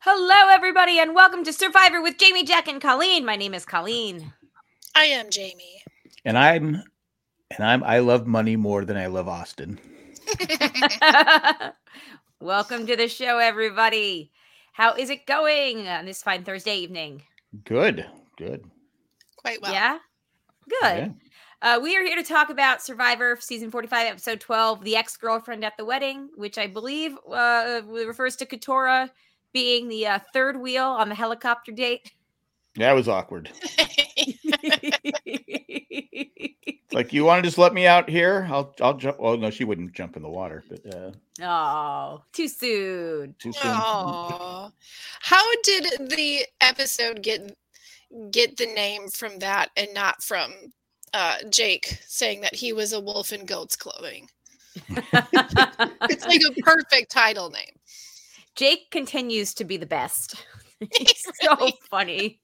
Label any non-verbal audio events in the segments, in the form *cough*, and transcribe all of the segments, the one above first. Hello, everybody, and welcome to Survivor with Jamie, Jack, and Colleen. My name is Colleen. I am Jamie. And I'm and I'm I love money more than I love Austin. *laughs* welcome to the show, everybody. How is it going on this fine Thursday evening? Good. Good. Quite well. Yeah. Good. Uh, we are here to talk about Survivor season 45, episode 12, The Ex Girlfriend at the Wedding, which I believe uh, refers to Katora being the uh, third wheel on the helicopter date. *laughs* That was awkward. like you want to just let me out here? I'll I'll jump. Well, no, she wouldn't jump in the water, but uh, oh, too soon. *laughs* too soon. Aw. How did the episode get get the name from that and not from uh, Jake saying that he was a wolf in goat's clothing? It's like a perfect title name. Jake continues to be the best. *laughs* He's so funny.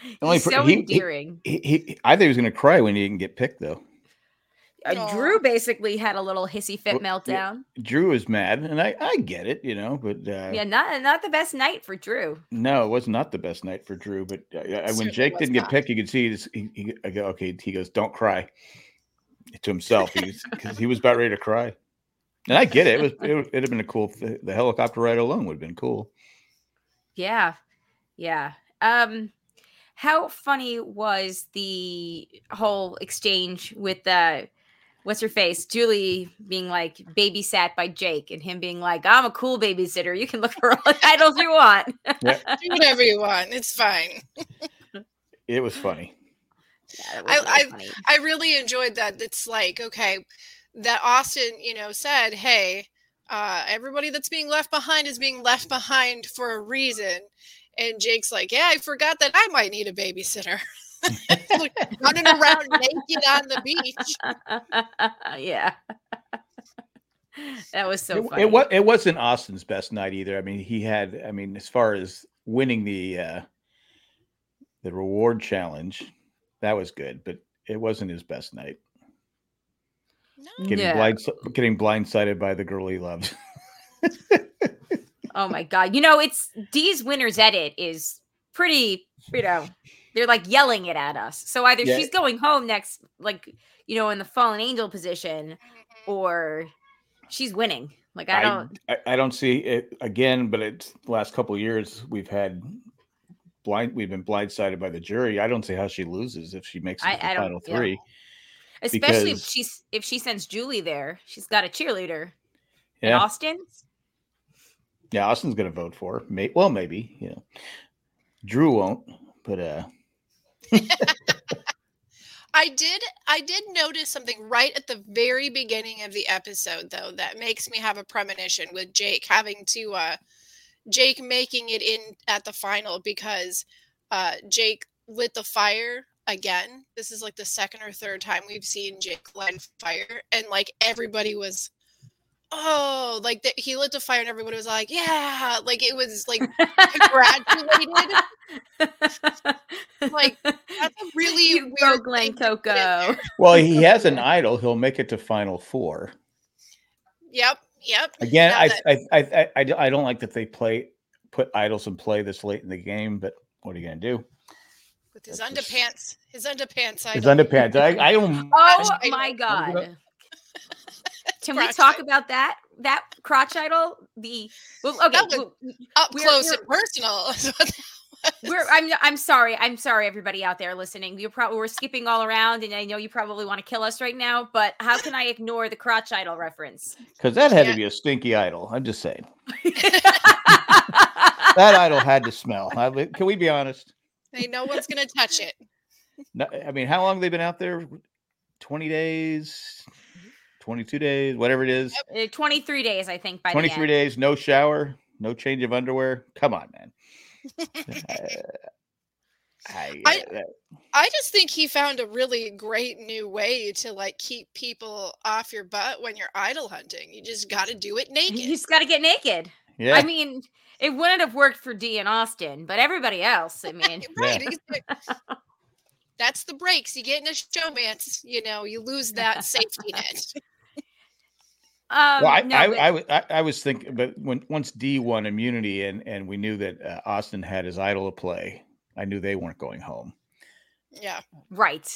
The only He's per- so he- he- endearing. He, he, I think he was gonna cry when he didn't get picked though. Uh, Drew basically had a little hissy fit Well, yeah. meltdown. Drew was mad, and I I get it, you know, but uh, Yeah, not not the best night for Drew. no, it was not the best night for Drew. But uh, uh, when Certainly Jake was didn't get not. picked, you could see his, he, he I go, okay. He goes, "Don't cry," to himself. He was because he was about ready to cry, and I get it. It was *laughs* it would it'd have been a cool. The, the helicopter ride alone would have been cool. Yeah. Yeah. Um how funny was the whole exchange with uh what's her face? Julie being like babysat by Jake and him being like, I'm a cool babysitter. You can look for all *laughs* the titles you want. Do whatever you want. It's fine. *laughs* It was funny. Yeah, that I- was really I- funny. I really enjoyed that. It's like, okay, that Austin, you know, said, hey, uh, everybody that's being left behind is being left behind for a reason. And Jake's like, yeah, I forgot that I might need a babysitter. *laughs* It's like running around naked on the beach. *laughs* yeah. that was so it, funny. It, wa- it wasn't Austin's best night either. I mean, he had. I mean, as far as winning the uh, the reward challenge, that was good, but it wasn't his best night. No. Getting No. blind, getting blindsided by the girl he loves. Oh my god. You know, it's Dee's winner's edit is pretty, you know, they're like yelling it at us. So either Yeah. she's going home next, like, you know, in the fallen angel position, Mm-hmm. or she's winning. Like I don't I, I don't see it again, but it's the last couple of years we've had blind. We've been blindsided by the jury. I don't see how she loses if she makes it I- to the I don't- final yeah. three. especially if because- she's if she sends Julie there, she's got a cheerleader. In Yeah. Austin. Yeah, Austin's gonna vote for. her. May well, maybe you know. Drew won't, but uh, I did I did notice something right at the very beginning of the episode though that makes me have a premonition with Jake having to uh Jake making it in at the final because uh Jake lit the fire again. This is like the second or third time we've seen Jake light a fire and like everybody was oh like that he lit the fire and everybody was like yeah like it was *laughs* like congratulated Like, *laughs* that's a really you go, weird Glen thing to put in *laughs* Coco. well, he has an idol. He'll make it to final four. yep yep Again, Now I, that- I, I, I, I d- I don't like that they play put idols in play this late in the game. But what are you gonna do? with his That's just- underpants his underpants I His underpants. I, I don't. Oh I- my I'm gonna- *laughs* god. Can we Crotch talk idol. about that? That crotch idol? The well, okay. That was- well, up We're- close and personal. *laughs* is what we're I'm I'm sorry. I'm sorry, everybody out there listening. You're probably we're skipping all around, and I know you probably want to kill us right now. But how can I ignore the crotch idol reference? Because that had Yeah. to be a stinky idol. I'm just saying I that idol had to smell. I li- can we be honest? they know what's gonna touch it. No, I mean, how long have they been out there? Twenty days, Mm-hmm. twenty-two days, whatever it is. Uh, 23 days, I think. By Twenty-three the end. days, no shower, no change of underwear. Come on, *laughs* man. I, uh, I- I, I just think he found a really great new way to like keep people off your butt when you're idol hunting. You just got to do it naked. You just got to get naked. yeah. I mean, it wouldn't have worked for D and Austin, but everybody else. I mean, right. *laughs* you just like- That's the *laughs* breaks. You get in a showmance, you know, you lose that safety net. Um, well, I, no, I, but- I, wa- I, I was thinking, but when once D won immunity and and we knew that uh, Austin had his idol to play, I knew they weren't going home. *laughs* *laughs* Yeah. Right.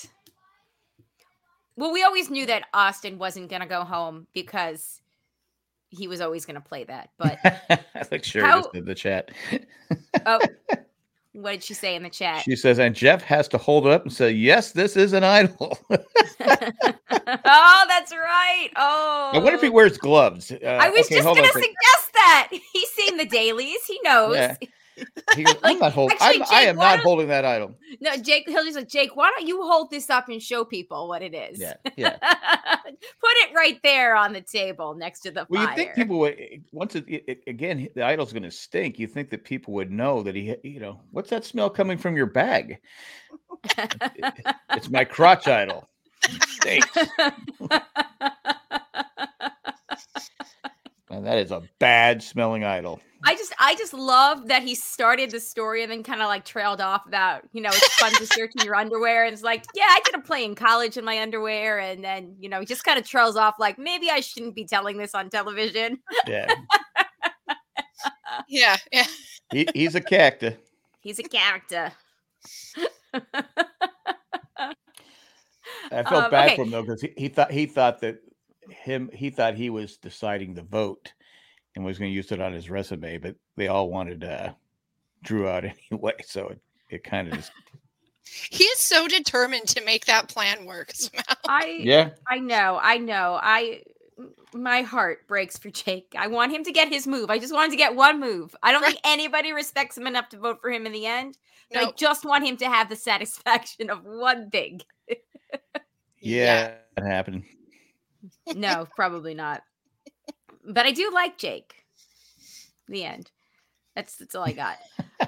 Well, we always knew that Austin wasn't going to go home because he was always going to play that. But like sure, just How- Uh, did the chat. what did she say in the chat? She says, and Jeff has to hold up and say, "Yes, this is an idol." *laughs* oh, that's right. Oh, I wonder if he wears gloves. Uh, I was okay, just hold going on to a second. suggest that *laughs* he's seen the dailies. He knows. Yeah. *laughs* He goes, *laughs* I'm Like, not holding. actually, I'm, I Jake, am why not don't- holding *laughs* that idol. No, Jake. He'll just like Jake. Why don't you hold this up and show people what it is? *laughs* Yeah, yeah. Put it right there on the table next to the Well, fire. you think people would eh, once it, it it- again the idol's going to stink. You think that people would know that he, ha- you know, what's that smell coming from your bag? It's my crotch idol. *laughs* It stinks. Now, that is a bad smelling idol. I just I just love that he started the story and then kind of like trailed off about, you know, it's fun to search in your underwear. And it's like, yeah, I did a play in college in my underwear. And then, you know, he just kind of trails off like maybe I shouldn't be telling this on television. *laughs* Yeah, Yeah. Yeah. he, he's a cactus. He's a character. I felt Um, bad okay. for him though because he, he thought he thought that him he thought he was deciding the vote and was going to use it on his resume, but they all wanted uh, Drew out *laughs* anyway, so it, it *laughs* kind of just He is so determined to make that plan work. *laughs* I yeah. I know, I know. I m- my heart breaks for Jake. I want him to get his move. I just want him to get one move. I don't Right. *laughs* think anybody respects him enough to vote for him in the end. but I No. just want him to have the satisfaction of one thing. Yeah, that happened. *laughs* No, probably not. But I do like Jake. The end. That's that's all I *laughs* got.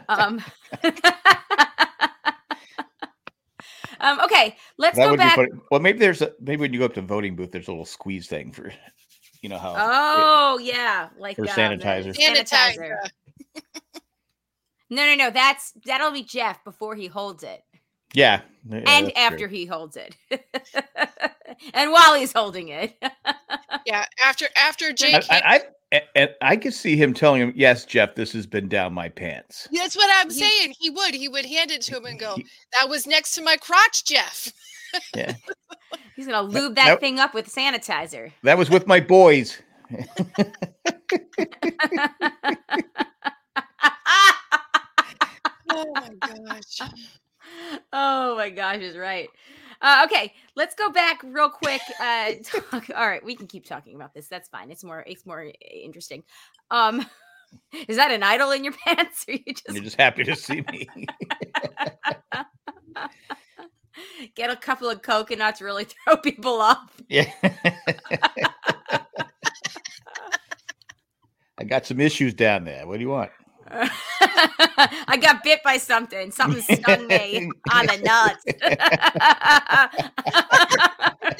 Um, *laughs* um okay, let's That go would be back. funny. Well, maybe there's a maybe when you go up to voting booth, there's a little squeeze thing for, you know how. Oh yeah, like Or uh, the sanitizer. sanitizer. Sanitizer. *laughs* No, no, no. That's that'll be Jeff before he holds it, yeah. yeah, that's and true. after he holds it, *laughs* and while he's holding it. *laughs* Yeah. After after Jake. I, hit- I, I and I could see him telling him, "Yes, Jeff, this has been down my pants." that's what I'm He- saying. He would. He would hand it to him and go, He- "That was next to my crotch, Jeff." He's gonna That- lube that that- thing up with *laughs* sanitizer. *laughs* That was with my boys. Oh my gosh. *laughs* oh my gosh, is right. Uh, okay, let's go back real quick. *laughs* Uh, talk, all right, we can keep talking about this. That's fine. It's more. It's more i- interesting. Um, *laughs* is that an idol in your *laughs* pants? Or you You're just just happy to see me. get a couple of coconuts really *laughs* throw people off? *laughs* yeah. I got some issues down there. What do you want? I got bit by something. Something stung *laughs* me on the nuts. *laughs*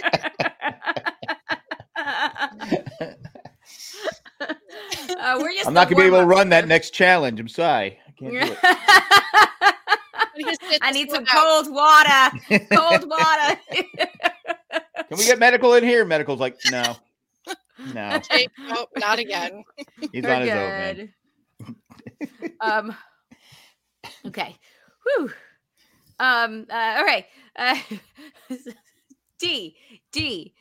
Uh, we're just I'm not the gonna be able to warm-up run that show. next challenge. I'm sorry. I can't do it. *laughs* *laughs* I need some cold water. *laughs* Can Cold water. we *laughs* get medical in here? Medical's like, no, no, Jake, nope, not again. he's We're on his own. Man. good. um. Okay. Whew. Um. Uh, all right. Uh, *laughs* D D.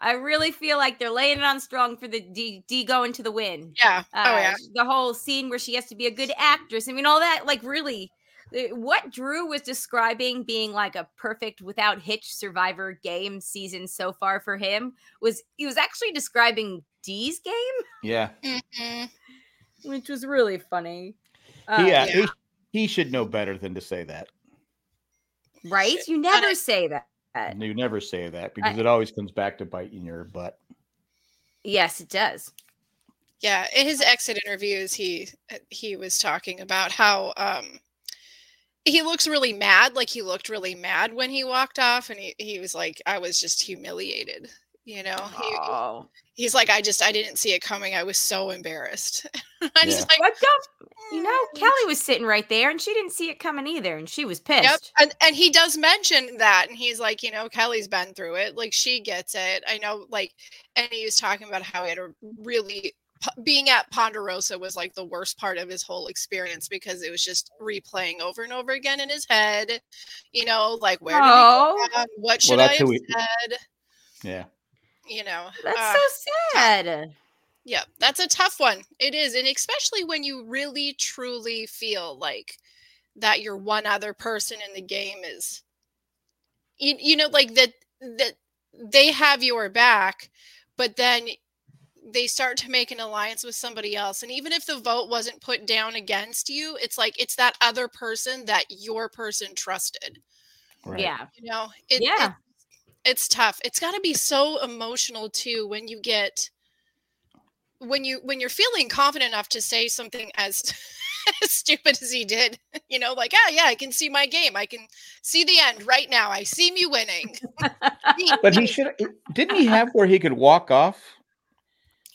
I really feel like they're laying it on strong for the D D going to the win. Yeah. oh Uh, yeah. The whole scene where she has to be a good actress. I mean, all that. Like, really, uh, what Drew was describing being like a perfect without hitch Survivor game season so far for him was he was actually describing D's game Yeah. Mhm. which was really funny. he, Uh, uh, he, he should know better than to say that. right? You never say that. You never say that because it always comes back to bite you in your butt. Yes, it does. Yeah. In his exit interviews, he uh, he was talking about how um he looks really mad. Like he looked really mad when he walked off, and he he was like, "I was just humiliated." You know, he, Oh, he's like, I just, I didn't see it coming. I was so embarrassed. *laughs* I just like, what the? You know, *laughs* "Mm." Kelly was sitting right there, and she didn't see it coming either, and she was pissed. Yep. And and he does mention that and he's like, you know, Kelly's been through it. Like she gets it. I know like and he was talking about how he had a really P- being at Ponderosa was like the worst part of his whole experience because it was just replaying over and over again in his head. You know, like where did Oh, it go wrong? What should Well, I that's have who we- said? Yeah. You know. that's uh, so sad. yeah, that's a tough one. It is. And especially when you really truly feel like that your one other person in the game is you, you know like that that they have your back, but then they start to make an alliance with somebody else and even if the vote wasn't put down against you, it's like it's that other person that your person trusted. Right. Yeah, You know, it, it- yeah. it's tough it's got to be so emotional too when you get when you when you're feeling confident enough to say something as, *laughs* as stupid as he did you know like oh yeah i can see my game i can see the end right now i see me winning Me, But he me. should didn't he have where he could walk off?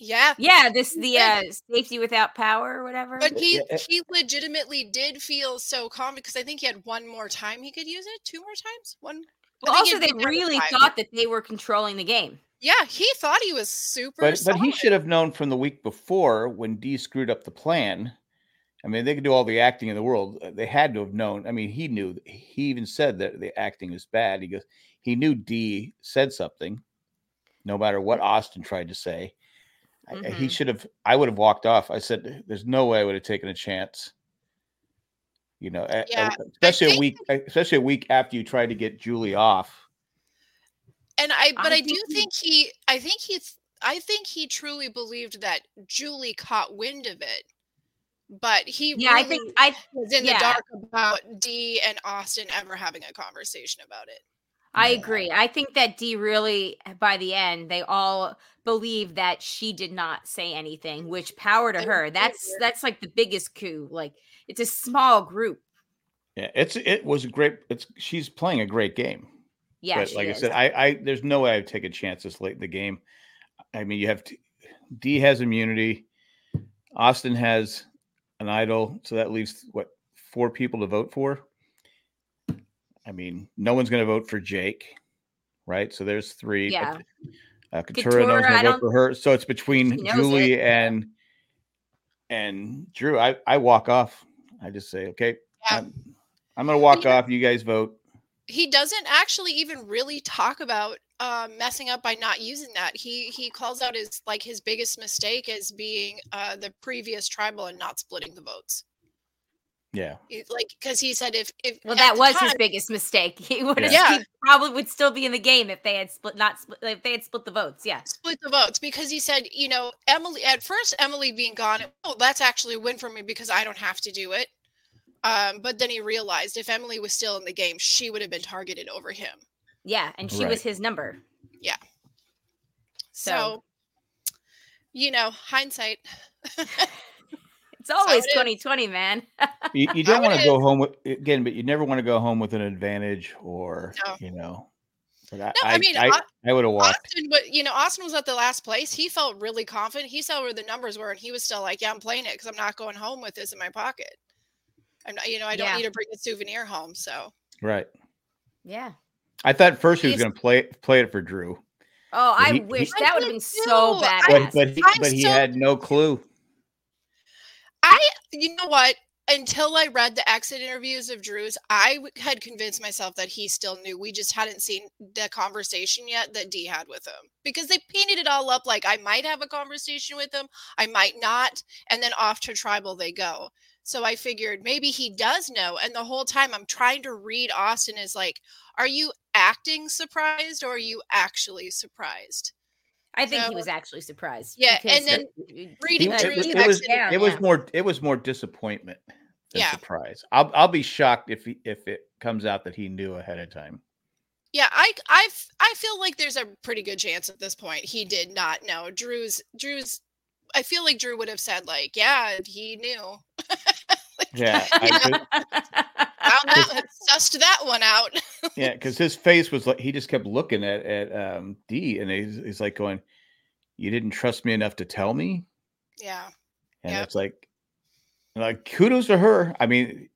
yeah yeah. This the Yeah. uh, safety without power or whatever. but he Yeah, eh. he legitimately did feel so confident because i think he had one more time he could use it two more times one I Well, think he also had they been down to really five. thought that they were controlling the game. yeah he thought he was super But but he solid. should have known from the week before when D screwed up the plan. I mean, they could do all the acting in the world. uh, They had to have known. I mean, he knew. He even said that the acting was bad. He goes, he knew D said something, no matter Mm-hmm. what Austin tried to say. I- I- He Mhm. should have. I would have walked off. I said, "There's no way I would have taken a chance." You know, a- a- Yeah, especially a think- week, especially a week after you tried to get Julie off. and i but I i, do think he- think he i think he th- i think he truly believed that julie caught wind of it but he Yeah, I really think I was in yeah. the dark about d and austin ever having a conversation about it I Yeah. agree. I think that D really, eh, by the end, they all believe that she did not say anything, which power to They her. did. That's that's like the biggest coup. Like it's a small group. Yeah, it's it was a great. It's she's playing a great game. Yeah, but she like is. I said, I, I there's no way I'd take a chance this late in the game. I mean, you have t- D has immunity, Austin has an idol, so that leaves what four people to vote for. I mean, no one's going to vote for Jake, right? So there's three. Yeah. Uh, Katura, Keturah, knows I going to don't- vote for her, so it's She between knows Julie it. and and Drew. I I walk off. I just say, okay, Yeah. I'm, I'm going to walk Yeah. off. You guys vote. he doesn't actually even really talk about uh, messing up by not using that he he calls out his like his biggest mistake as being uh, the previous tribal and not splitting the votes Yeah, It's like because he said if if well, at that the was time- his biggest mistake. *laughs* He would have, Yeah. he probably would still be in the game if they had split, not split, if they had split the votes. Yeah, split the votes because he said, you know, Emily at first Emily being gone, oh, that's actually a win for me because I don't have to do it. Um, but then he realized if Emily was still in the game, she would have been targeted over him. yeah, and she Right. was his number. So, So- you know, hindsight. It's always it is. 2020, man. you, you don't want would to go home with again, but you never want to go home with an advantage or No. you know. But No, I mean, I, Au- I would have walked. Austin, wa- you know, Austin was at the last place. He felt really confident. He saw where the numbers were, and he was still like, "Yeah, I'm playing it because I'm not going home with this in my pocket. I'm not, you know, I don't Yeah. need to bring a souvenir home." So, Right. yeah. I thought first he was He's- going to play play it for Drew, Oh, But I he- wish he- that I would have been did so too. I- badass. but but he, I'm but he so- had no clue. I, you know what? Until I read the exit interviews of Drew's, I w- had convinced myself that he still knew. We just hadn't seen the conversation yet that D had with him because they painted it all up like I might have a conversation with him, I might not, and then off to tribal they go. So I figured maybe he does know. And the whole time I'm trying to read Austin is like, are you acting surprised or are you actually surprised? I think he So- was actually surprised. Yeah, and because then it- He- Reading uh, it, Drew's was- he it backed was exit down, it was yeah. more it was more disappointment than Oh, Yeah. surprise. I'll I'll be shocked if he, if it comes out that he knew ahead *laughs* of time. Yeah, I I f- I feel like there's a pretty good chance at this point he did not know. Drew's Drew's I feel like Drew would *laughs* have said like, yeah, he knew. Yeah, I, Yeah. could- That Found that one, sussed that one out. *laughs* Yeah, because his face was like he just kept looking at at um, D, and he's, he's like going, "You didn't trust me enough to tell me," Yeah. and Yep. it's like, like kudos to her. I mean,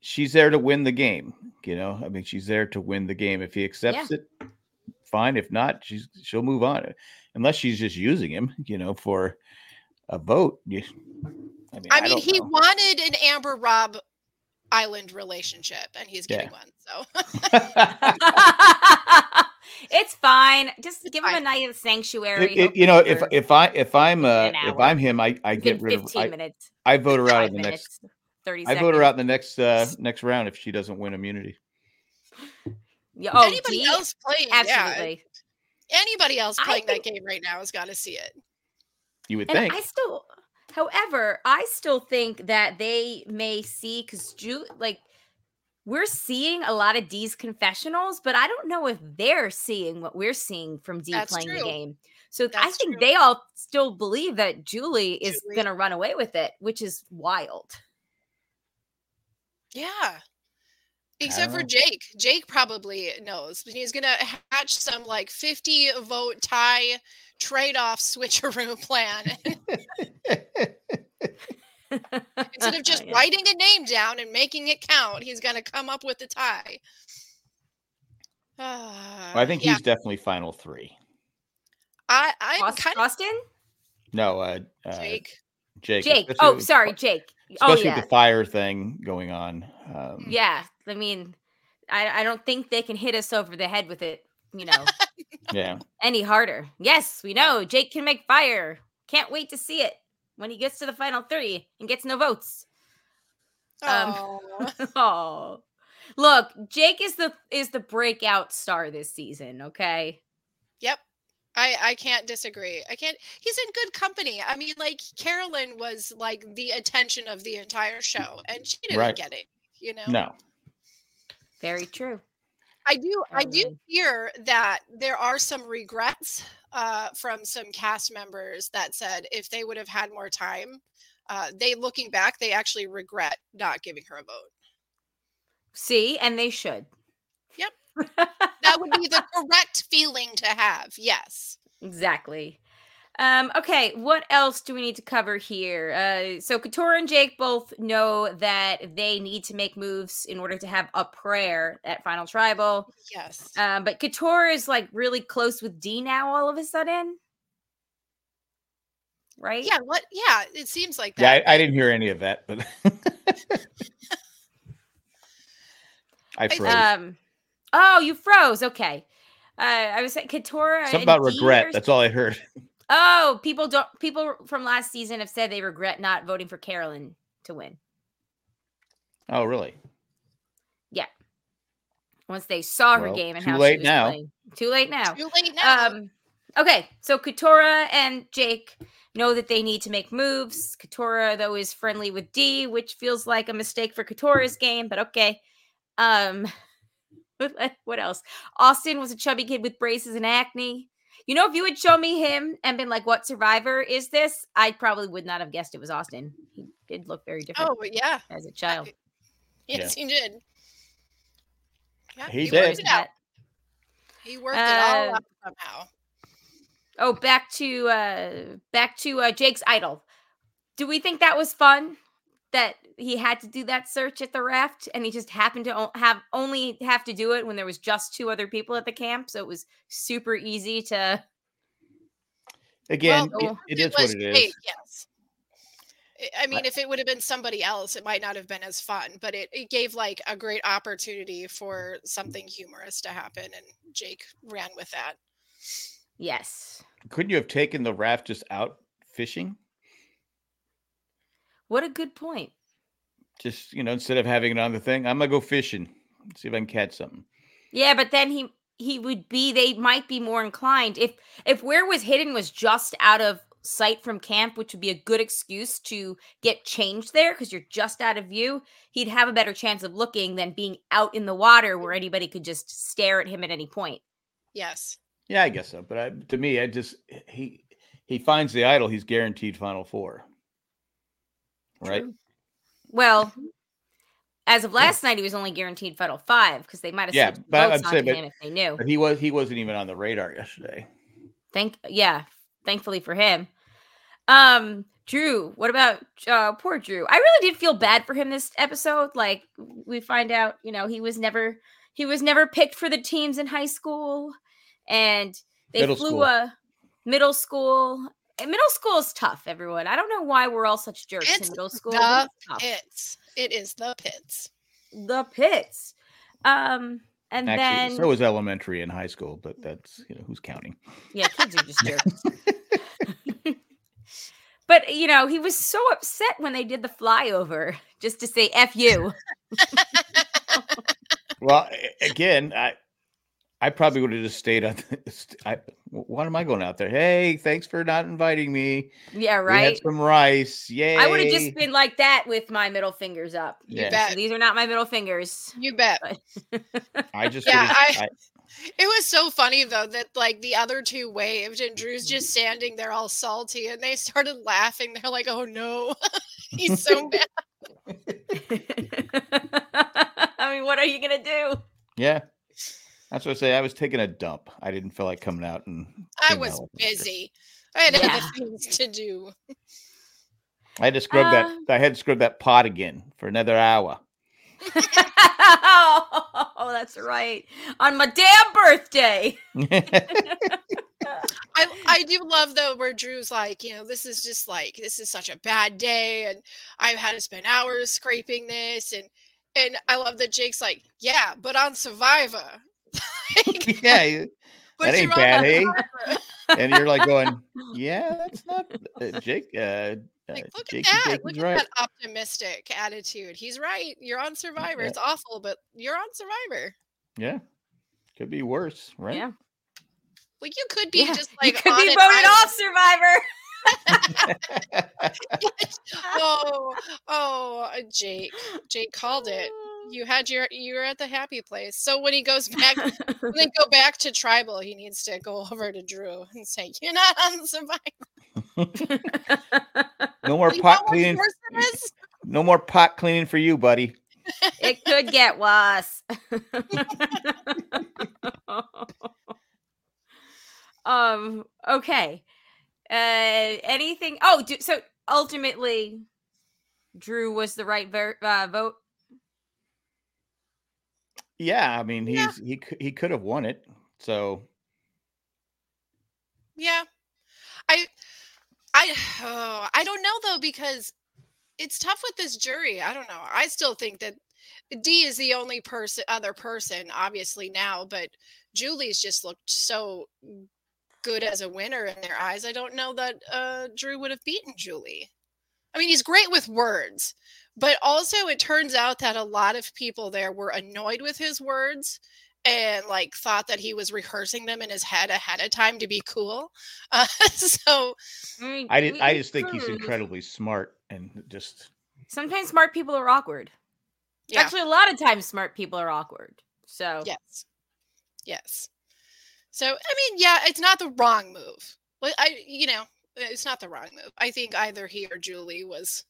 she's there to win the game. You know, I mean, she's there to win the game. If he accepts it, fine. If not, she's she'll move on, unless she's just using him. *laughs* You know, for a vote. You- I mean, I mean, don't he know. wanted an Amber Rob Island relationship, and he's getting Yeah. one. So *laughs* *laughs* it's fine. Just give him a fine. night in sanctuary. *laughs* It- it- you know, if if I if I'm uh, an if hour. I'm him, I I get get rid of fifteen I, minutes, I vote her five out in the next minutes, thirty I seconds. vote her out in the next uh next round if she doesn't win immunity. Yeah, Oh, anybody D? else playing, yeah, Absolutely. anybody else I playing that think- game right now has got to see it. You would And *laughs* think. I still, however, I still think that they may see because Ju like we're seeing a lot of D's confessionals, but I don't know if they're seeing what we're seeing from D That's playing the true. game. So th- I That's think true. they all still believe that Julie is Julie. going to run away with it, which is wild. Yeah. Except for know. Jake. Jake probably knows. but He's going to hatch some like 50 vote tie trade off *laughs* switcheroo plan. Instead *laughs* of just Yeah. writing a name down and making it count, he's going to come up with the tie. Uh, I think yeah. he's definitely final three. I, I'm Aust- kind of Austin, No, uh, uh Jake. Jake. Jake. especially Oh, with- sorry, Jake. Oh Especially yeah, with the fire thing going on. Um, yeah. I mean, I, I don't think they can hit us over the head with it. You know. yeah. any harder. Yes, we know Jake can make fire. Can't wait to see it when he gets to the final three and gets no votes. *laughs* Um, *laughs* Aw. oh, look, Jake is the is the breakout star this season. Okay, Yep. I, I can't disagree. I can't. He's in good company. I mean, like Carolyn was like the attention of the entire show, and she didn't Right. get it. You know. No. very true. I do. I do Totally. hear that there are some regrets uh, from some cast members that said if they would have had more time, uh, they looking back, they actually regret not giving her a vote. See, and they should. Yep. That would be the correct feeling to have. Yes. exactly. Um, okay, what else do we need to cover here? Uh, so Katora and Jake both know that they need to make moves in order to have a prayer at Final Tribal. Yes. Um, but Couture is like really close with D now all of a sudden. Right? yeah. What? Yeah. It seems like Yeah, that. I, I didn't hear any of that, but *laughs* I I- froze. Um oh you froze. Okay. Uh I was like Katora. and Something about Dee regret. are- That's all I heard. *laughs* oh, people don't people from last season have said they regret not voting for Carolyn to win Oh, really? once they saw her Well, game and too how she late was now. playing. Too late now. Too late now. Um, okay, so Katora and Jake know that they need to make moves. Katora, though, is friendly with D, which feels like a mistake for Katora's game, but okay. Um, *laughs* what- what else? Austin was a chubby kid with braces and acne. You know, if you had shown me him and been like, "What Survivor is this?" I probably would not have guessed it was Austin. He did look very different oh yeah. as a child. Yes, he did. Yeah, He worked did. it out. He worked it all Uh, out somehow. Oh, back to uh back to uh, Jake's idol. Do we think that was fun that he had to do that search at the raft and he just happened to o- have only have to do it when there was just two other people at the camp, so it was super easy to Again, Well, oh, it, it If is what was it is. Jake, yes. I- I mean, if it would have been somebody else, it might not have been as fun, but it, it gave like a great opportunity for something humorous to happen, and Jake ran with that. yes. Couldn't you have taken the raft just out fishing? What a good point. Just you know, instead of having it on the thing, I'm gonna go fishing. See if I can catch something. Yeah, but then he he would be they might be more inclined if if where was hidden was just out of sight from camp, which would be a good excuse to get changed there because you're just out of view, he'd have a better chance of looking than being out in the water where anybody could just stare at him at any point. Yes. Yeah, I guess so. But I, to me, I just he he finds the idol. He's guaranteed final four. Right? Well, As of last night, he was only guaranteed Federal Five because they might have Yeah, yeah, but I'd votes on say- but- him if they knew. But he was he wasn't even on the radar yesterday. Thank yeah, thankfully for him. Um, Drew, what about uh poor Drew? I really did feel bad for him this episode. Like we find out, you know, he was never he was never picked for the teams in high school and they Middle flew school. a middle school. and Middle school is tough, everyone. I don't know why we're all such jerks It's in middle school. the but it's tough. It's it is the pits. the pits. Um and Actually, then so was elementary and high school, but that's you know who's counting. Yeah, kids are just jerks. *laughs* but you know, he was so upset when they did the flyover, just to say "f you." Well, a- again, I I probably would have just stayed on. The, st- I, what am I going out there? Hey, thanks for not inviting me. Yeah, We had right. some rice. Yay! I would have just been like that with my middle fingers up. You Yeah. bet. These are not my middle fingers. *laughs* You bet. *laughs* I just Yeah, would've- I- It was so funny though that like the other two waved and Drew's just standing there all salty and they started laughing. They're like, "Oh no, *laughs* he's so *laughs* mad." I mean, what are you gonna do? *laughs* yeah. That's what I say. I was taking a dump. I didn't feel like coming out and. I seeing my was little sister. busy. I had other Yeah. things to do. I had to scrub Um, that. I had to scrub that pot again for *laughs* another hour. *laughs* oh, that's right. On my damn birthday. I, I do love though where Drew's like, you know, this is just like this is such a bad day, and I've had to spend hours scraping this, and and I love that Jake's like, yeah, but on Survivor, yeah, you- but that ain't you're on *laughs* bad, eh? Survivor." and you're like *laughs* going, "Yeah, that's not uh, Jake." Uh, uh, Like, look Jakey at that, Jakey's look at right. that optimistic attitude. He's right. You're on Survivor. Yeah. It's awful, but you're on Survivor. Yeah, could be worse, right? Yeah. Well, you could be Yeah, just like you could on be an voted off, Survivor. island. Oh, oh, uh, Jake. Jake called it. You had your you were at the happy place. So when he goes back when they go back to tribal, he needs to go *laughs* over to Drew and say, You're not on Survivor. No more *laughs* You know pot what cleaning. *laughs* worse it is? No more pot cleaning for you, buddy. it could get worse. *laughs* um. Okay. Uh. Anything? Oh. Do, so ultimately, Drew was the right ver- uh, vote. Yeah, I mean, he's Yeah. he cou- he could have won it. So Yeah. I I *sighs* oh, I don't know though because it's tough with this jury. I don't know. I still think that D is the only person other person obviously now, but Julie's just looked so good as a winner in their eyes. I don't know that uh Drew would have beaten Julie. I mean, he's great with words, but also it turns out that a lot of people there were annoyed with his words and like thought that he was rehearsing them in his head ahead of time to be cool. Uh, *laughs* so mean, I did, we- I we just think he's proved- incredibly smart and just Sometimes smart people are awkward. yeah, Actually, a lot of times smart people are awkward. So yes, yes. So I mean, yeah, it's not the wrong move. Well, I you know, it's not the wrong move. I think either he or Julie was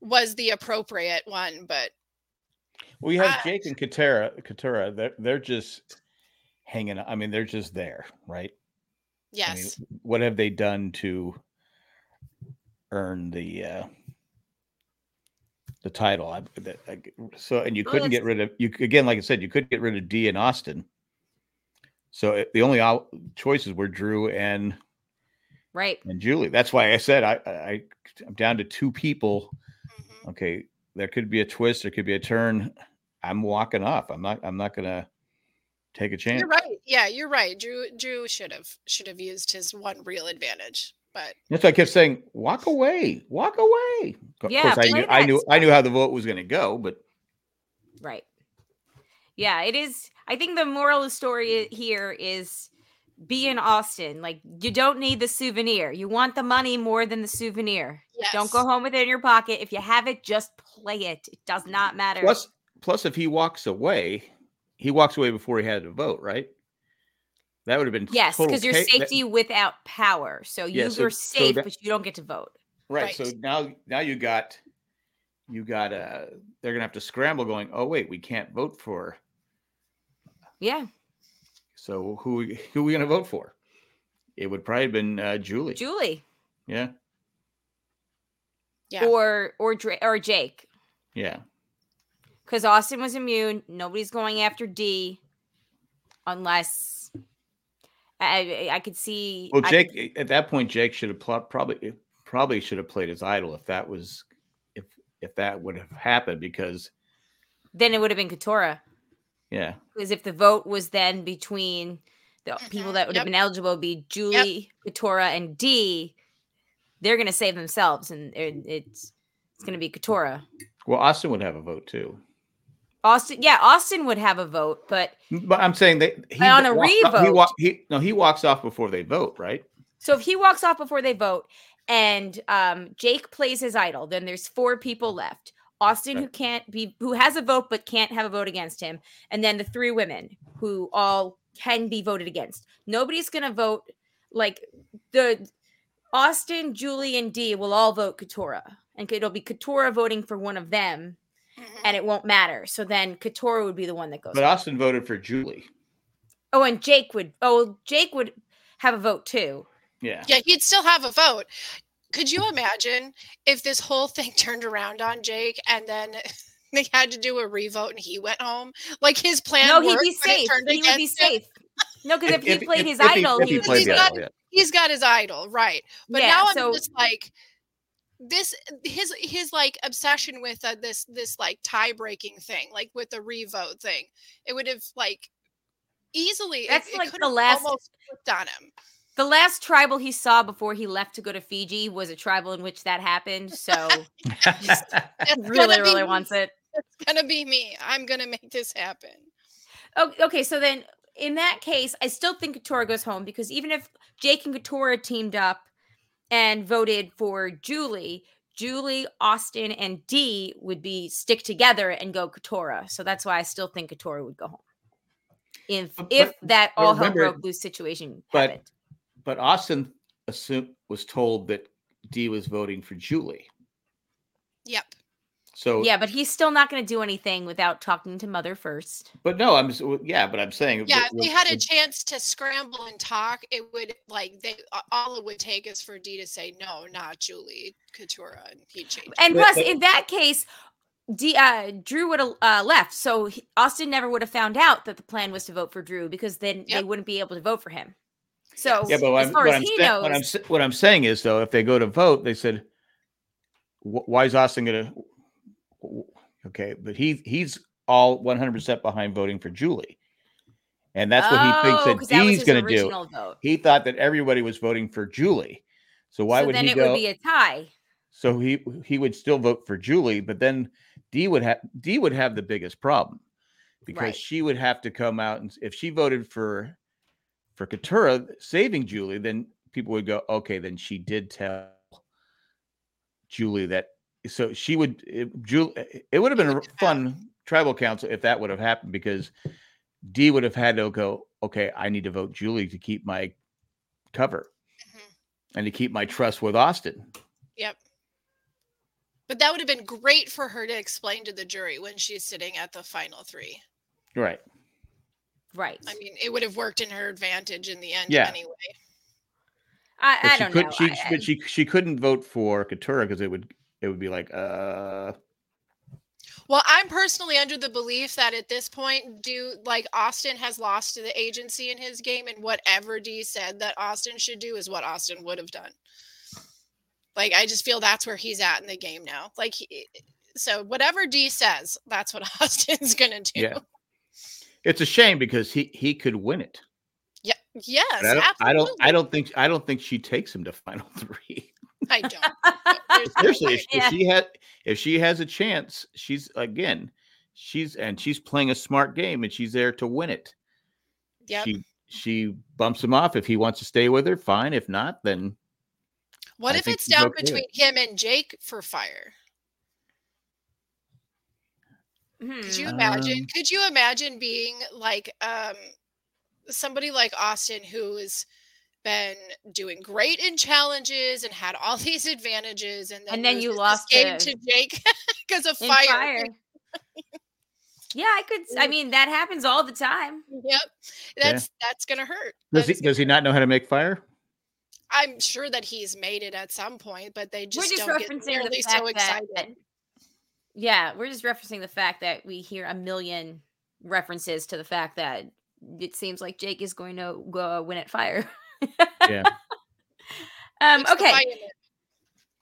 was the appropriate one, but we have I- Jake and Katera. Katera, they're they're just hanging. I mean, they're just there, right? I yes. mean, what have they done to earn the uh the title? I, that, I g- so, and you Well, couldn't get that's- rid of you. c- Again, like I said, you couldn't get rid of D and Austin. So it, the only o- choices were Drew and right. and Julie. That's why I said I, I I- I'm down to two people. Mhm. Okay, there could be a twist. There could be a turn. I'm walking off. I'm not. I'm not gonna take a eh. chance. You're right. Yeah, you're right. Drew Drew should have should have used his one real advantage, but That's why I kept saying, "Walk away, walk away." Of Yeah, course, I play knew, I that knew, I knew how the vote was going to go, but Right. Yeah, it is. I think the moral of the story i- here is be in Austin. Like, you don't need the souvenir. You want the money more than the souvenir. Don't go yes. home with it in your pocket. If you have it, just play it. It does not matter. plus, plus, if he walks away, he walks away before he had a vote, right? That would have been yes, total because you're cha- that- safety without power. So you Yeah, so- are so safe, that- but you don't get to vote. right? So Right. now, now you got you got uh they're gonna have to scramble going oh wait we can't vote for Yeah. so who we- who are we gonna vote for it would probably have been uh, Julie Julie yeah Yeah. or or Dra- or Jake yeah because Austin was immune. Nobody's going after D, unless I I, I could see. well I could- Jake at that point Jake should have pl- probably eh, probably should have played his idol if that was if if that would have happened because then it would have been Katora yeah because if the vote was then between the people Mhm, that would yep. have been eligible, it'd be Julie, Katora, and D. They're gonna save themselves, and and it's it's gonna be Katora. well Austin would have a vote too Austin, yeah, Austin would have a vote, but but I'm saying they he On a walks off- he, revote. wa- he no he walks off before they vote right So if he walks off before they vote and um, Jake plays his idol, then there's four people left. Austin, who Right. can't be, who has a vote but can't have a vote against him, and then the three women who all can be voted against. Nobody's gonna vote like the Austin, Julie, and Dee will all vote Katora, and it'll be Katora voting for one of them, Mhm. and it won't matter. So then Katora would be the one that goes. but Austin voted for Julie oh, and Jake would. Oh, Jake would have a vote too. yeah Yeah, he'd still have a vote. Could you imagine if this whole thing *laughs* turned around on Jake and then *laughs* they had to do a revote and he went home? Like his plan. No, he'd worked, be but it safe. turned He would be against him. safe. No, because if, he played his if idol, if he, would played be the safe. idol. He's got his idol, right? But yeah, now I'm so just like this his his like obsession with uh, this this like tie breaking thing, like with the revote thing. It would have like easily it- That's it like could the have last- almost flipped on him. *laughs* the last tribal he saw before he left to go to Fiji was a tribal in which that happened. *laughs* So yeah. *laughs* That's really, gonna be really me. wants it. It's gonna be me. I'm gonna make this happen. Oh, okay, so then in that case, I still think Katora goes home because even if Jake and Katora teamed up and voted for Julie, Julie, Austin, and Dee would be stick together and go Katora. So that's why I still think Katora would go home. If But- if that all hell remember- broke loose situation but- happened. but Austin assumed was told that D was voting for Julie. Yep. So Yeah, but he's still not going to do anything without talking to mother first. but no, I'm s- w- yeah, but I'm saying Yeah, that if they would- had a would- chance to scramble and talk, it would like they a- all it would take is for D to say no, not Julie Katura, and he changed. And But- plus, but- in that case, D, uh, Drew would have uh, left, so he- Austin never would have found out that the plan was to vote for Drew because then they Yep. wouldn't be able to vote for him. So, yeah, but what as I'm, far what, as I'm he sa- knows, what I'm s- what I'm saying is though, if they go to vote, they said, "Wh- "Why is Austin gonna?" w- Okay, but he he's all 100 percent behind voting for Julie, and that's what he thinks Oh, that 'cause that was D's his gonna do. original Vote. He thought that everybody was voting for Julie, so why so would then he it go? would be a tie. So he he would still vote for Julie, but then D would have D would have the biggest problem because Right. she would have to come out and if she voted for for Katura saving Julie, then people would go, okay, then she did tell Julie that. So she would it, Julie. It would have been a fun tribal council if that would have happened because D would have had to go, okay, I need to vote Julie to keep my cover Mhm. and to keep my trust with Austin. Yep. But that would have been great for her to explain to the jury when she's sitting at the final three. Right. Right. I mean, it would have worked in her advantage in the end Yeah. anyway. I, But I she don't could, know. She, I- she- I- but she she couldn't vote for Katura because it would it would be like uh Well, I'm personally under the belief that at this point, do like Austin has lost to the agency in his game, and whatever D said that Austin should do is what Austin would have done. Like, I just feel that's where he's at in the game now. Like, he, so whatever D says, that's what *laughs* Austin's gonna do. yeah. It's a shame because he he could win it. Yeah. Yes. But I, don't, I don't absolutely. I don't think I don't think she takes him to *laughs* final *laughs* three. I don't. *laughs* There's no Seriously, way. if, if she had if she has a chance, she's again she's and she's playing a smart game and she's there to win it. Yep. She she bumps him off if he wants to stay with her. Fine. If not, then What I if think it's she's down okay with between him and Jake for fire? Could you hmm. imagine? Um, could you imagine being like um somebody like Austin who is been doing great in challenges and had all *laughs* these advantages, and then, And then you loses this lost game it. to Jake *laughs* because of In fire. *laughs* yeah, I could. I mean, that happens all the time. Yep, that's that's gonna hurt. That Does he is gonna- does he not know how to *laughs* make fire? I'm sure that he's made it at some point, but they just, we're just don't get referencing nearly the so fact that, excited. Yeah, we're just referencing the fact that we hear a million references to the fact that it seems like Jake is going to go uh, win at fire. *laughs* Yeah. Um, It's the okay. fire in it.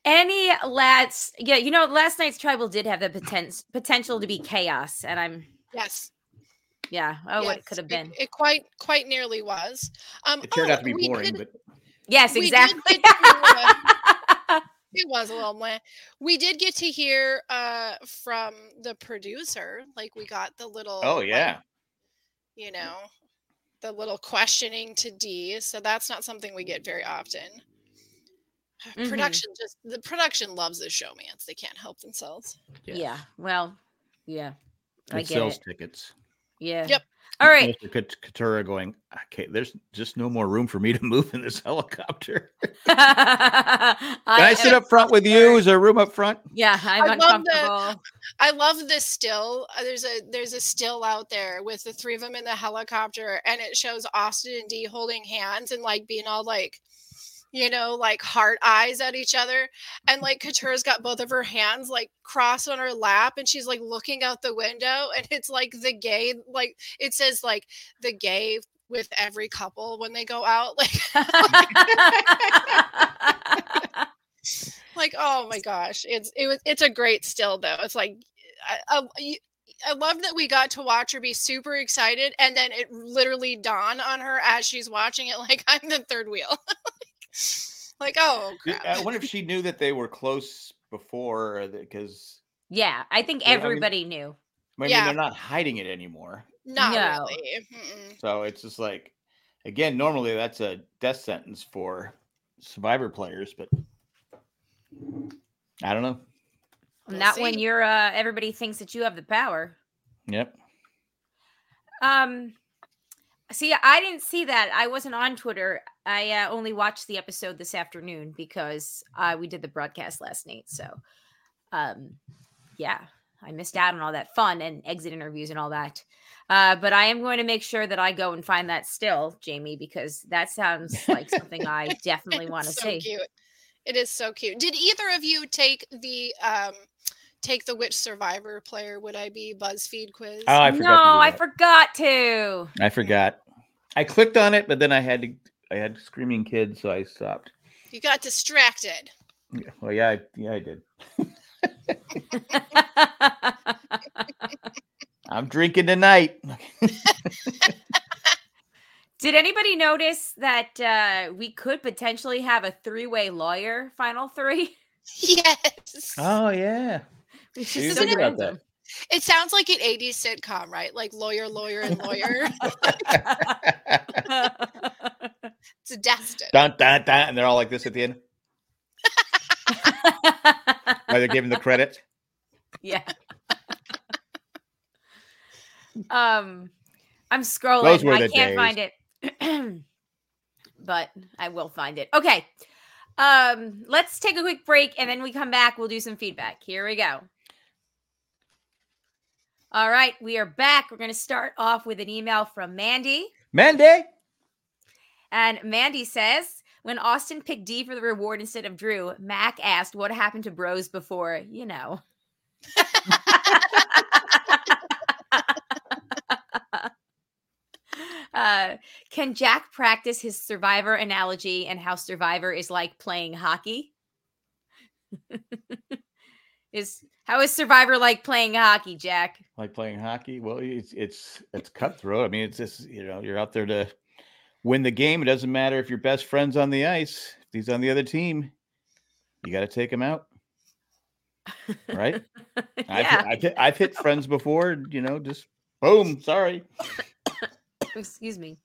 Any last? Yeah, you know, last night's tribal did have the poten- potential to be chaos, and I'm Yes. yeah. Oh, what it yes, could have been. It, quite quite nearly was. Um, It turned oh, out to be we boring, did- but yes, we did exactly. get to, it was a little meh. We did get to hear uh from the producer, like we got the little oh like, yeah, you know, the little questioning to D. So that's not something we get very often. Mhm. Production just the production loves the showmance. They can't help themselves. yeah. Well. Yeah. I it get sells it. tickets. Yeah. Yep. All right. Mr. Kat- Katura going. Okay, there's just no more room for me to *laughs* move in this helicopter. *laughs* I, Can I, sit am- up front with you? Is there room up front? Yeah, I'm I love the- uncomfortable. I love this still. Uh, There's a there's a still out there with the three of them in the helicopter, and it shows Austin and Dee holding hands and like being all like, you know, like heart eyes at each other, and like Couture's got both of her hands like crossed on her lap, and she's like looking out the window, and it's like the gay like it says like the gay with every couple when they go out *laughs* like *laughs* like oh my gosh it's it was it's a great still though it's like I, I, you- I love that we got to watch her be super excited and then it literally dawned on her as she's watching it *laughs* like i'm the third wheel *laughs* like oh Did- crap. I wonder if she knew that they were close before, because yeah, I think Yeah, I mean- everybody knew. I mean Yeah. they're not hiding it anymore. not No. really Mm-mm. So it's just like, again, normally that's a death sentence for survivor players, but I don't And know. We'll Not when see. you're uh, everybody thinks that you have the power. Yep. Um, see, I didn't see that. I wasn't on Twitter. I uh, only watched the episode this afternoon because uh, we did the broadcast last night. So, um, yeah, I missed out on all that fun and exit interviews and all that. Uh, but I am going to make sure that I go and find that still, Jamie, because that sounds like *laughs* something I definitely It's want to so see. cute it is so cute did either of you take the um take the which survivor player would i be buzzfeed quiz Oh, I forgot. to do no, I that. forgot to. I forgot. I clicked on it, but then I had to. I had screaming kids, so I stopped. you got distracted *laughs* Yeah, Well, yeah, I, yeah, I did. I'm drinking tonight. *laughs* Did anybody notice that uh, we could potentially have a three-way lawyer final three? *laughs* yes Oh yeah, Which Did you is think so about that? random. It sounds like an 80s sitcom, right? Like lawyer, lawyer, and lawyer. *laughs* it's destined. *laughs* dun dun dun, and they're all like this at the end. *laughs* *laughs* Why they're giving the credit? *laughs* yeah. um, I'm scrolling. Those were I the can't find it, *clears throat* but I will find it. Okay. Um, let's take a quick break and then we come back. We'll do some feedback. Here we go. All right, we are back. We're going to start off with an email from Mandy. Mandy. And Mandy says, when Austin picked D for the reward instead of Drew, Mac asked what happened to bros before, you know. *laughs* uh, can Jack practice his survivor analogy and how survivor is like playing hockey? *laughs* is how is survivor like playing hockey, Jack? *laughs* like playing hockey well it's it's it's cutthroat i mean it's just you know you're out there to win the game it doesn't matter if your best friend's on the ice if he's on the other team you got to take him out *laughs* right I've, hit- yeah, I've, hit, I've hit friends before and, you know just boom sorry excuse me.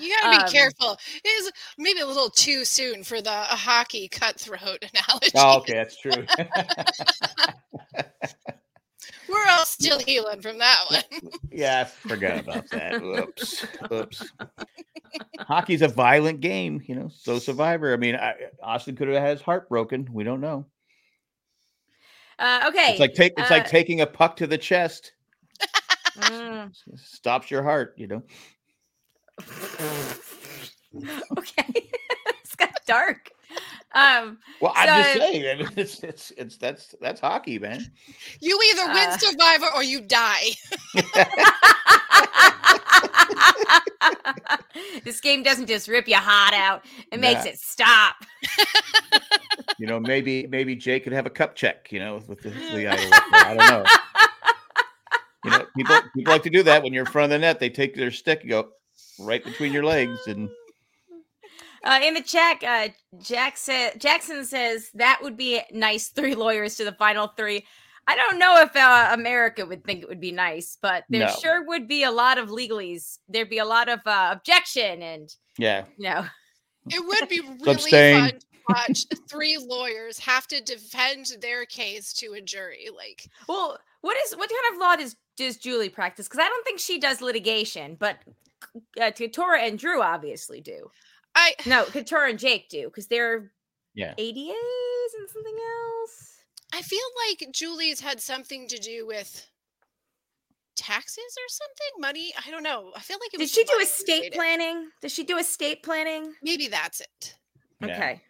You got to be Um, careful. It is maybe a little too soon for the uh, hockey cutthroat *laughs* analogy. oh, okay that's true We're all still healing from that one. yeah i forgot about that oops oops Hockey's a violent game, you know. So Survivor. I mean, I, Austin could have had his heart broken. We don't know. Uh, okay. It's like take. It's like uh, taking a puck to the chest. mm. Stops your heart. You know. *laughs* okay. it's got dark. Um, *laughs* Well, I'm just So- saying. I mean, *laughs* it's, it's it's that's that's hockey, man. You either win Uh. Survivor or you die. *laughs* this game doesn't just rip your heart out, it makes Nah. it stop. You know, maybe maybe Jay could have a cup check. You know, with the, the idol. up there. I don't know. You know, people people like to do that when you're in front of the net. They take their stick and go right between your legs, and Uh, in the chat, uh, Jack sa- Jackson says that would be nice. Three lawyers to the final three. I don't know if uh, America would think it would be nice, but there No. sure would be a lot of legalese. There'd be a lot of uh, objection, and yeah, you know, It would be really abstain. fun to watch three lawyers have to defend their case to a jury. Like, well, what is what kind of law does does Julie practice? Because I don't think she does litigation, but uh, Katora and Drew obviously do. I No, Katora and Jake do because they're Yeah. ADAs and something else. I feel like Julie's had something to do with taxes or something, money. I don't know. I feel like it Did was she do money estate related. planning? Does she do estate planning? Maybe that's it. yeah. Okay.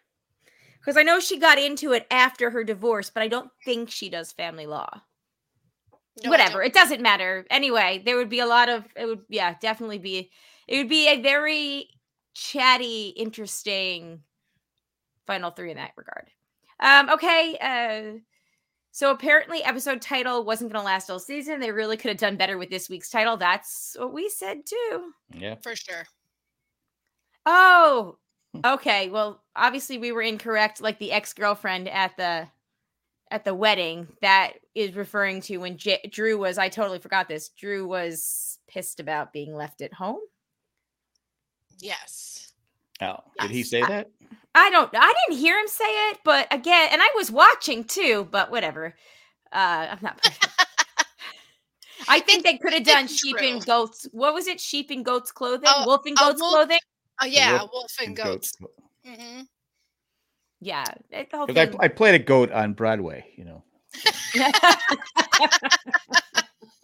Because I know she got into it after her divorce, but I don't think she does family law. No, I don't- Whatever. It doesn't matter. Anyway, there would be a lot of, it would, yeah, definitely be, it would be a very chatty, interesting final three in that regard. Um, okay. Uh, so apparently, episode title wasn't going to last all season. They really could have done better with this week's title. That's what we said too. yeah. for sure. Oh, Hmm. okay. Well, obviously we were incorrect. Like the ex girlfriend at the at the wedding that is referring to when J- Drew was. I totally forgot this. Drew was pissed about being left at home. Yes. Oh, did he Yes, say I- that? I don't. I didn't hear him say it, but again, and I was watching too. But whatever. Uh, I'm not. *laughs* perfect. I think they could have it's done sheep Drew. and goats. What was it? Sheep and goats clothing. Oh, wolf and a goats wolf- clothing. Oh yeah, wolf wolf, and goats. hmm Yeah, it- the whole Because thing- I, I played a goat on Broadway, you know. *laughs*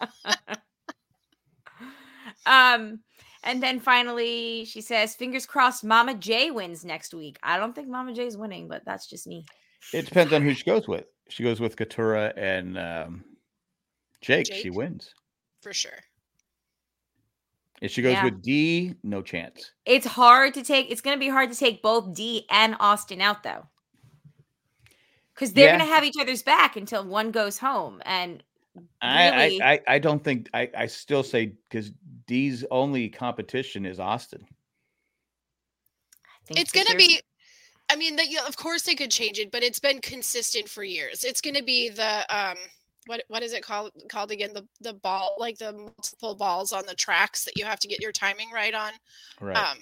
um, and then finally, she says, "Fingers crossed, Mama J wins next week." I don't think Mama J's winning, but that's just me. It depends on who she goes with. If She goes with Katura and um, Jake, She Jake? wins. for sure. If she goes Yeah. with D, no chance. It's hard to take. It's going to be hard to take both D and Austin out though, because they're going to have each other's back until one goes home. And Really? I, I, I, I don't think I, I still say because D's only competition is Austin. I think It's that gonna they're- be. I mean, the, yeah, of course they could change it, but it's been consistent for years. It's gonna be the um, what what is it called called again? The the ball, like the multiple balls on the tracks that you have to get your timing right on. Right. Um,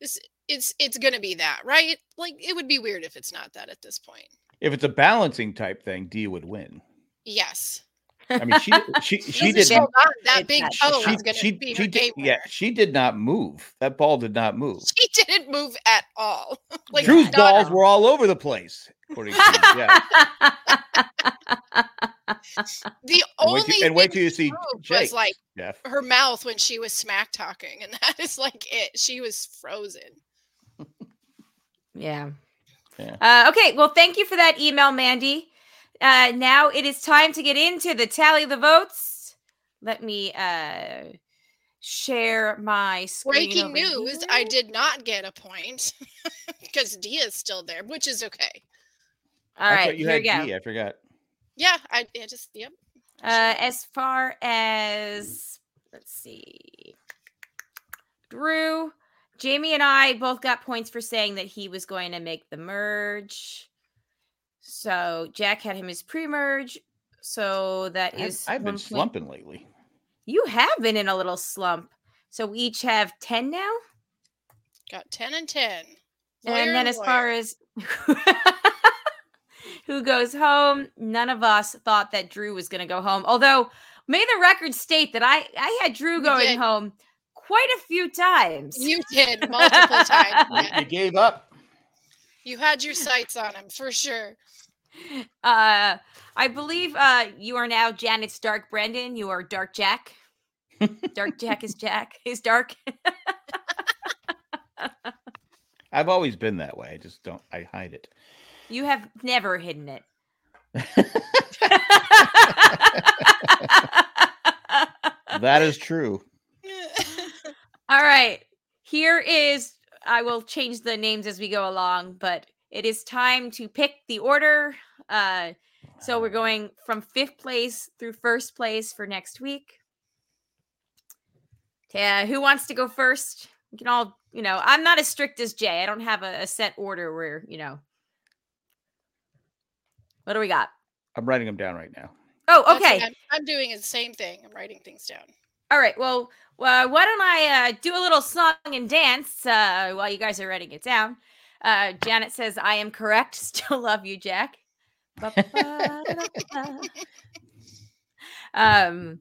this it's it's gonna be that, right? Like it would be weird if it's not that at this point. if it's a balancing type thing, D would win. Yes, I mean, she she she Doesn't did show on that it's big not- toe she, is gonna she, be she her game did, yeah, winner. she did not move. That ball did not move. *laughs* She didn't move at all. *laughs* like Drew's not balls were all over the place. According to you. *laughs* yeah. the And only wait, till, and wait thing till you see move Jake. was like Jeff. her mouth when she was smack talking, and *laughs* that is like it. She was frozen. Yeah. Yeah. Uh, okay. Well, thank you for that email, Mandy. Uh, now it is time to get into the tally the votes. Let me uh, share my screen. Breaking over news: I here. did not get a point *laughs* because Dia is still there, which is okay. All I thought right. you Here had we go. D. I forgot. Yeah, I, I just yep. Uh, as far as let's see, Drew, Jamie, and I both got points for saying that he was going to make the merge. So Jack had him as pre-merge. So that I've, is I've one been point- *laughs* slumping lately. You have been in a little slump. So we each have 10 now. Got ten and ten. and then as far as *laughs* who goes home, none of us thought that Drew was going to go home. Although, may the record state that I I had Drew You going did. home quite a few times. You did multiple *laughs* times. yeah. You gave up. You had your sights on him for sure. *laughs* Uh, I believe uh, you are now Janet's Dark Brendan. You are *laughs* Dark Jack. Dark Jack is Jack. Is dark. I've always been that way. I just don't. I hide it. You have never hidden it. That is true. All right. Here is, I will change the names as we go along, but it is time to pick the order. Uh, so we're going from fifth place through first place for next week. Yeah, who wants to go first? We can all, you know, I'm not as strict as Jay. I don't have a, a set order where, you know. What do we got? I'm writing them down right now. Oh, That's okay. what I'm, I'm doing the same thing. I'm writing things down. All right. Well, uh, why don't I uh, do a little song and dance uh, while you guys are writing it down? Uh, Janet says, I am correct. *laughs* Still love you, Jack. Ba-ba-da-da-da. um,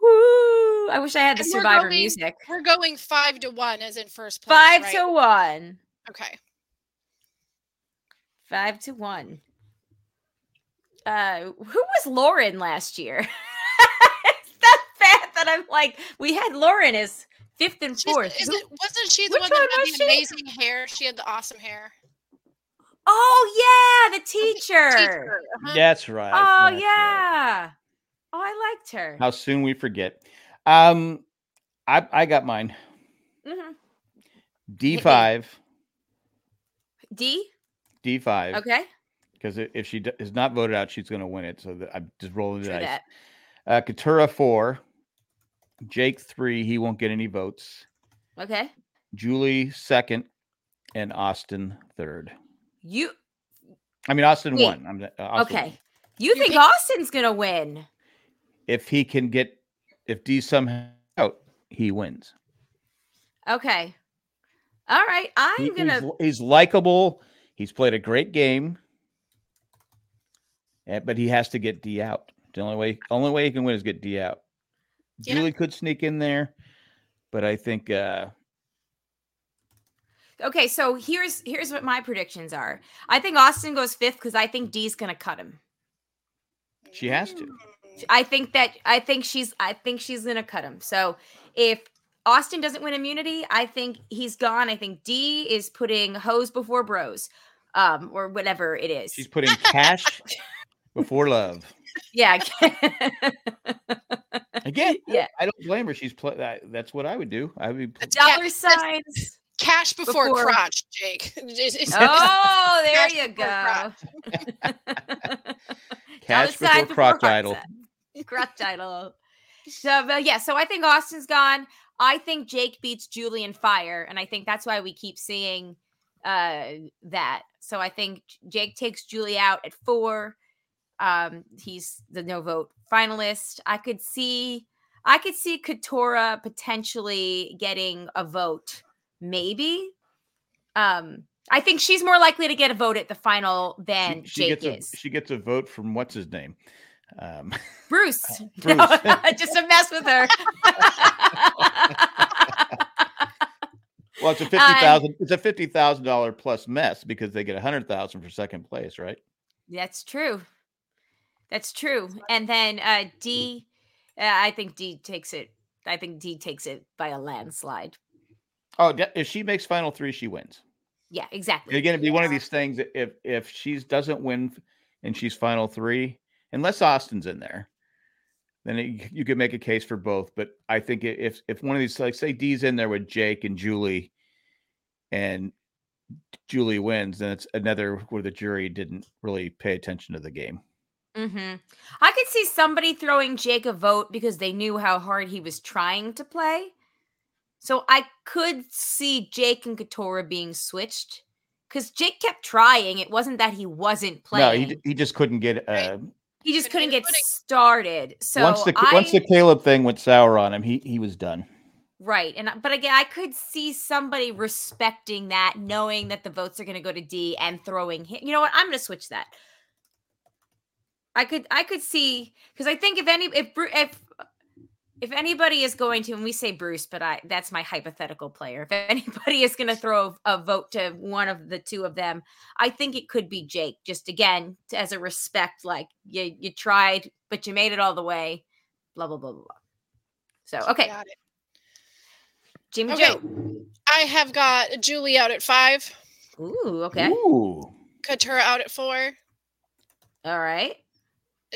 woo. I wish I had the And we're survivor going music. We're going five to one as in first place. Five right? to one. Okay. Five to one. Uh, who was Lauren last year? *laughs* it's that bad that I'm like, we had Lauren as fifth and She's, fourth. is Who- it, wasn't she the which one one that had was the she? amazing hair? She had the awesome hair. Oh yeah, the teacher. Teacher, uh-huh. That's right. Oh that's right. yeah. Oh, I liked her. How soon we forget. Um, I I got mine. Mhm. D five, D. D five. Okay. Because if she d- is not voted out, she's going to win it. So that I'm just rolling the True dice. that. Uh, Katura four, Jake three. He won't get any votes. Okay. Julie second, and Austin third. You I mean Austin Wait. won. I'm uh, Austin won. okay? You think pick- Austin's gonna win? If he can get, if D somehow out, he wins. Okay. All right. He- I'm he's, gonna. li- he's likable. He's played a great game, Eh, but he has to get D out. The only way, only way he can win is get D out. Yeah. Julie could sneak in there, but I think uh, Okay. So here's here's what my predictions are. I think Austin goes fifth because I think D's gonna cut him. She has to. Mm. I think that I think she's I think she's gonna cut him. So if Austin doesn't win immunity, I think he's gone. I think D is putting hoes before bros, um, or whatever it is. *laughs* she's putting cash before love. yeah. Again, I don't- Yeah. I don't blame her. She's play. I, that's what I would do. I would be. *laughs* pl- That's- Dollar yeah, signs. Cash before, Before- crotch, Jake. *laughs* It's- it's- Oh, there Cash you before go. *laughs* Cash before crotch Crotch idol. So but yeah, so I think Austin's gone. I think Jake beats Julie in fire, and I think that's why we keep seeing uh that. So I think J- Jake takes Julie out at four. Um, he's the no vote finalist. I could see I could see Katora potentially getting a vote, maybe. Um, I think she's more likely to get a vote at the final than she, she Jake gets a is. she gets a vote from what's his name. Um, *laughs* Bruce. Bruce. No, *laughs* just to mess with *laughs* her. well, it's a fifty thousand. it's a fifty thousand dollar plus mess because they get a hundred thousand for second place, right? That's true. That's true. And then uh D Mm. uh, I think D takes it. I think D takes it by a landslide. Oh, de- if she makes final three, she wins. Yeah, exactly. Again, it'd be one of Yeah. these things. that If if she doesn't win f- and she's final three, unless Austin's in there, then it, you could make a case for both. But I think i- if if one of these, like say D's in there with Jake and Julie, and Julie wins, then it's another where the jury didn't really pay attention to the game. Mhm. I could see somebody throwing Jake a vote because they knew how hard he was trying to play. So I could see Jake and Katora being switched because Jake kept trying. It wasn't that he wasn't No, playing. he, d- he just couldn't get. Right. Uh, He just Couldn't couldn't get get his footing. started. So once the I, once the Caleb thing went sour on him, he he was done. right, and I- but again, I could see somebody respecting that, knowing that the votes are going to go to D and throwing him. You know what? I'm going to switch that. I could I could see because I think if any if Bru- if if anybody is going to, and we say Bruce, but I that's my hypothetical player. If *laughs* anybody is going to throw a, a vote to one of the two of them, I think it could be Jake. Just again, t- as a respect, like you you tried, but you made it all the way. Blah blah blah blah. blah. So okay, Got it. Jimmy Okay. Joe. I have got Julie out at five, Ooh, okay, Ooh. Katura out at four, uh, all right.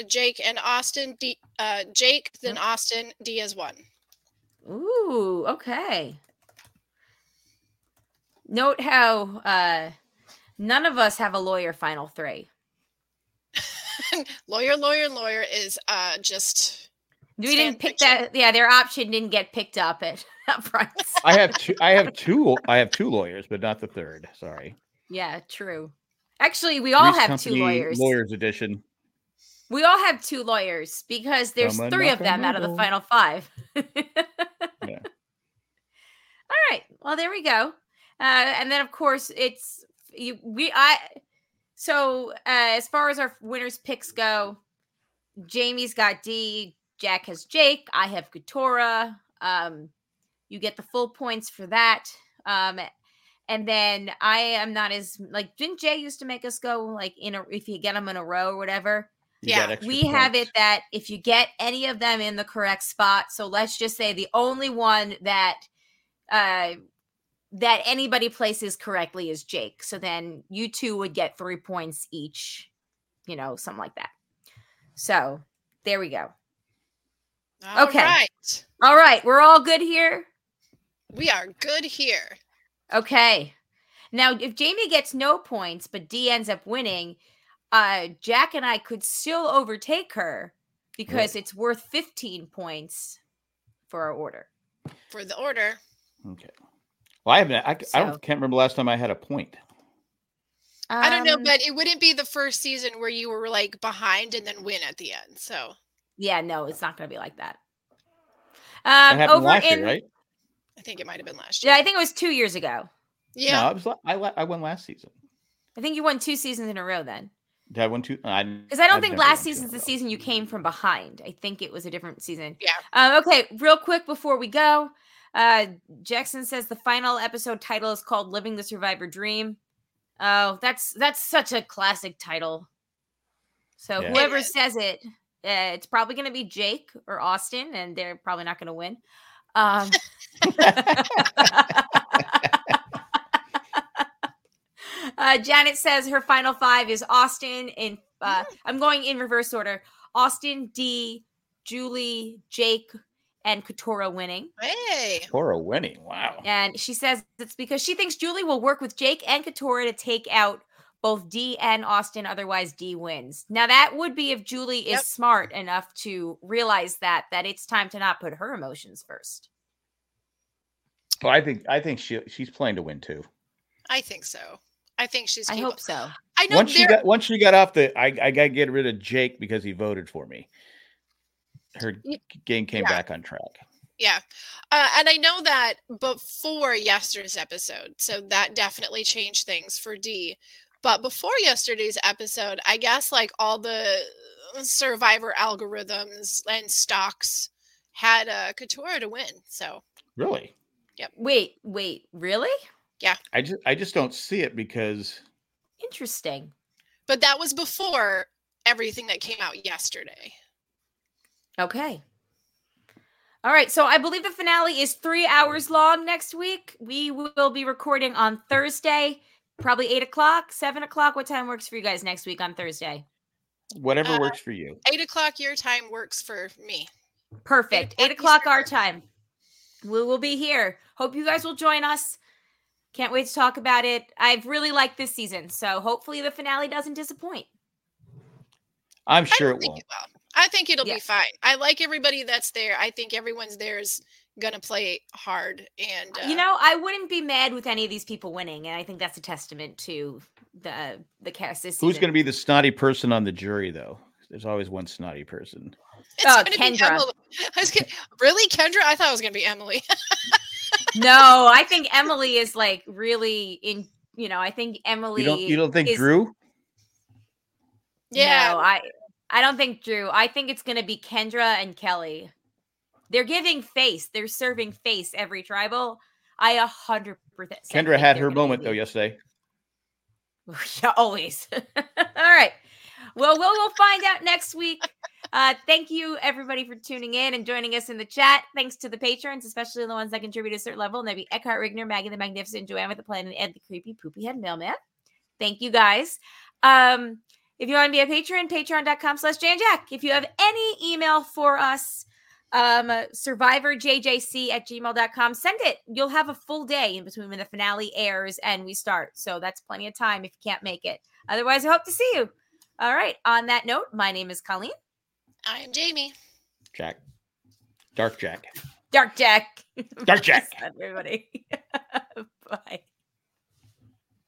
Jake and Austin. D, uh, Jake, then Mm-hmm. Austin. D is one. Ooh, okay. Note how uh none of us have a lawyer final three. Lawyer, lawyer, lawyer is uh, just We Stand didn't pick fiction. that. Yeah, their option didn't get picked up at *laughs* up front. I have two I have two I have two lawyers, but not the third. Sorry. yeah, true. Actually, we all Grease have two Company lawyers. Lawyers edition. We all have two lawyers because there's Come and three of knock on them my out of the door. final five. *laughs* All right. Well, there we go. Uh, and then, of course, it's you, we. I so uh, as far as our winners' picks go, Jamie's got D. Jack has Jake. I have Katora. Um, you get the full points for that. Um, and then I am not as like didn't Jay used to make us go like in a if you get them in a row or whatever. You got Yeah, extra We have it points. that if you get any of them in the correct spot, so let's just say the only one that uh that anybody places correctly is Jake. So then you two would get three points each, you know, something like that. So there we go. all Okay. right. All right, we're all good here. We are good here. Okay. Now, if Jamie gets no points, but D ends up winning, uh, Jack and I could still overtake her because it's worth 15 points for our order. for the order. Okay. Well, I haven't. I, I So- don't, can't remember last time I had a point. I don't know, Um, but it wouldn't be the first season where you were like behind and then win at the end. So yeah, no, it's not going to be like that. That Um, happened over last in, year, right? I think it might have been last year. Yeah, I think it was two years ago. Yeah. No, I was. la- I, la- I won last season. I think you won two seasons in a row then. Did I win two? I Because I don't think last season's the season you came from behind. I think it was a different season. Yeah. Um, okay, real quick before we go, uh, Jackson says the final episode title is called "Living the Survivor Dream." Oh, that's that's such a classic title. So Yeah. It whoever is. says it, uh, it's probably going to be Jake or Austin, and they're probably not going to win. Um, *laughs* uh, Janet says her final five is Austin in. Uh, I'm going in reverse order. Austin D, Julie, Jake, and Katora winning. Hey. Toro winning. Wow. And she says it's because she thinks Julie will work with Jake and Katora to take out both D and Austin. Otherwise, D wins. Now, that would be if Julie Yep. is smart enough to realize that that it's time to not put her emotions first. Well, I think I think she she's playing to win too. I think so. I think she's. I capable. hope so. I know once she there. got once she got off the, I I got to get rid of Jake because he voted for me. Her Y- g- game came yeah. back on track. yeah. Uh, and I know that before yesterday's episode, so that definitely changed things for D. But before yesterday's episode, I guess like all the survivor algorithms and stocks had uh, Katora to win. So Really, Wait, wait, really? I just I just don't see it because Interesting. But that was before everything that came out yesterday. Okay. All right. So I believe the finale is three hours long next week. We will be recording on Thursday, probably eight o'clock, seven o'clock. What time works for you guys next week on Thursday? whatever Uh, works for you. Eight o'clock your time works for me. Perfect. Eight o'clock o'clock our time. We will be here. Hope you guys will join us. Can't wait to talk about it. I've really liked this season. So hopefully the finale doesn't disappoint. I'm I sure don't it think won't. it will. I think it'll Yeah. be fine. I like everybody that's there. I think everyone's there is gonna play hard and uh, You know, I wouldn't be mad with any of these people winning. And I think that's a testament to the the cast this Who's season. going to be the snotty person on the jury though? There's always one snotty person. it's Oh, gonna be Kendra. Emily. *laughs* I was gonna, really Kendra? I thought it was gonna be Emily. *laughs* no, I think Emily is like really in. You know, I think Emily. You don't you don't think is- Drew? yeah. No, I I don't think Drew. I think it's gonna be Kendra and Kelly. They're giving face. They're serving face every tribal. I a hundred percent. Kendra had her moment though yesterday. *laughs* Yeah, always. All right. Well, we'll we'll find out next week. Uh, thank you everybody for tuning in and joining us in the chat. Thanks to the patrons, especially the ones that contribute a certain level, and that'd be Eckhart Rigner, Maggie the Magnificent, Joanne with the Plan, and Ed the Creepy Poopy Head Mailman. Thank you guys. Um, if you want to be a patron, patreon.com slash Jan Jack. If you have any email for us, um, survivorjjc at gmail.com, send it. You'll have a full day in between when the finale airs and we start. So that's plenty of time if you can't make it. Otherwise, I hope to see you. All right. On that note, my name is Colleen. I am Jamie. Jack. Dark Jack. Dark Jack. *laughs* Dark Jack. Everybody. *laughs* Bye.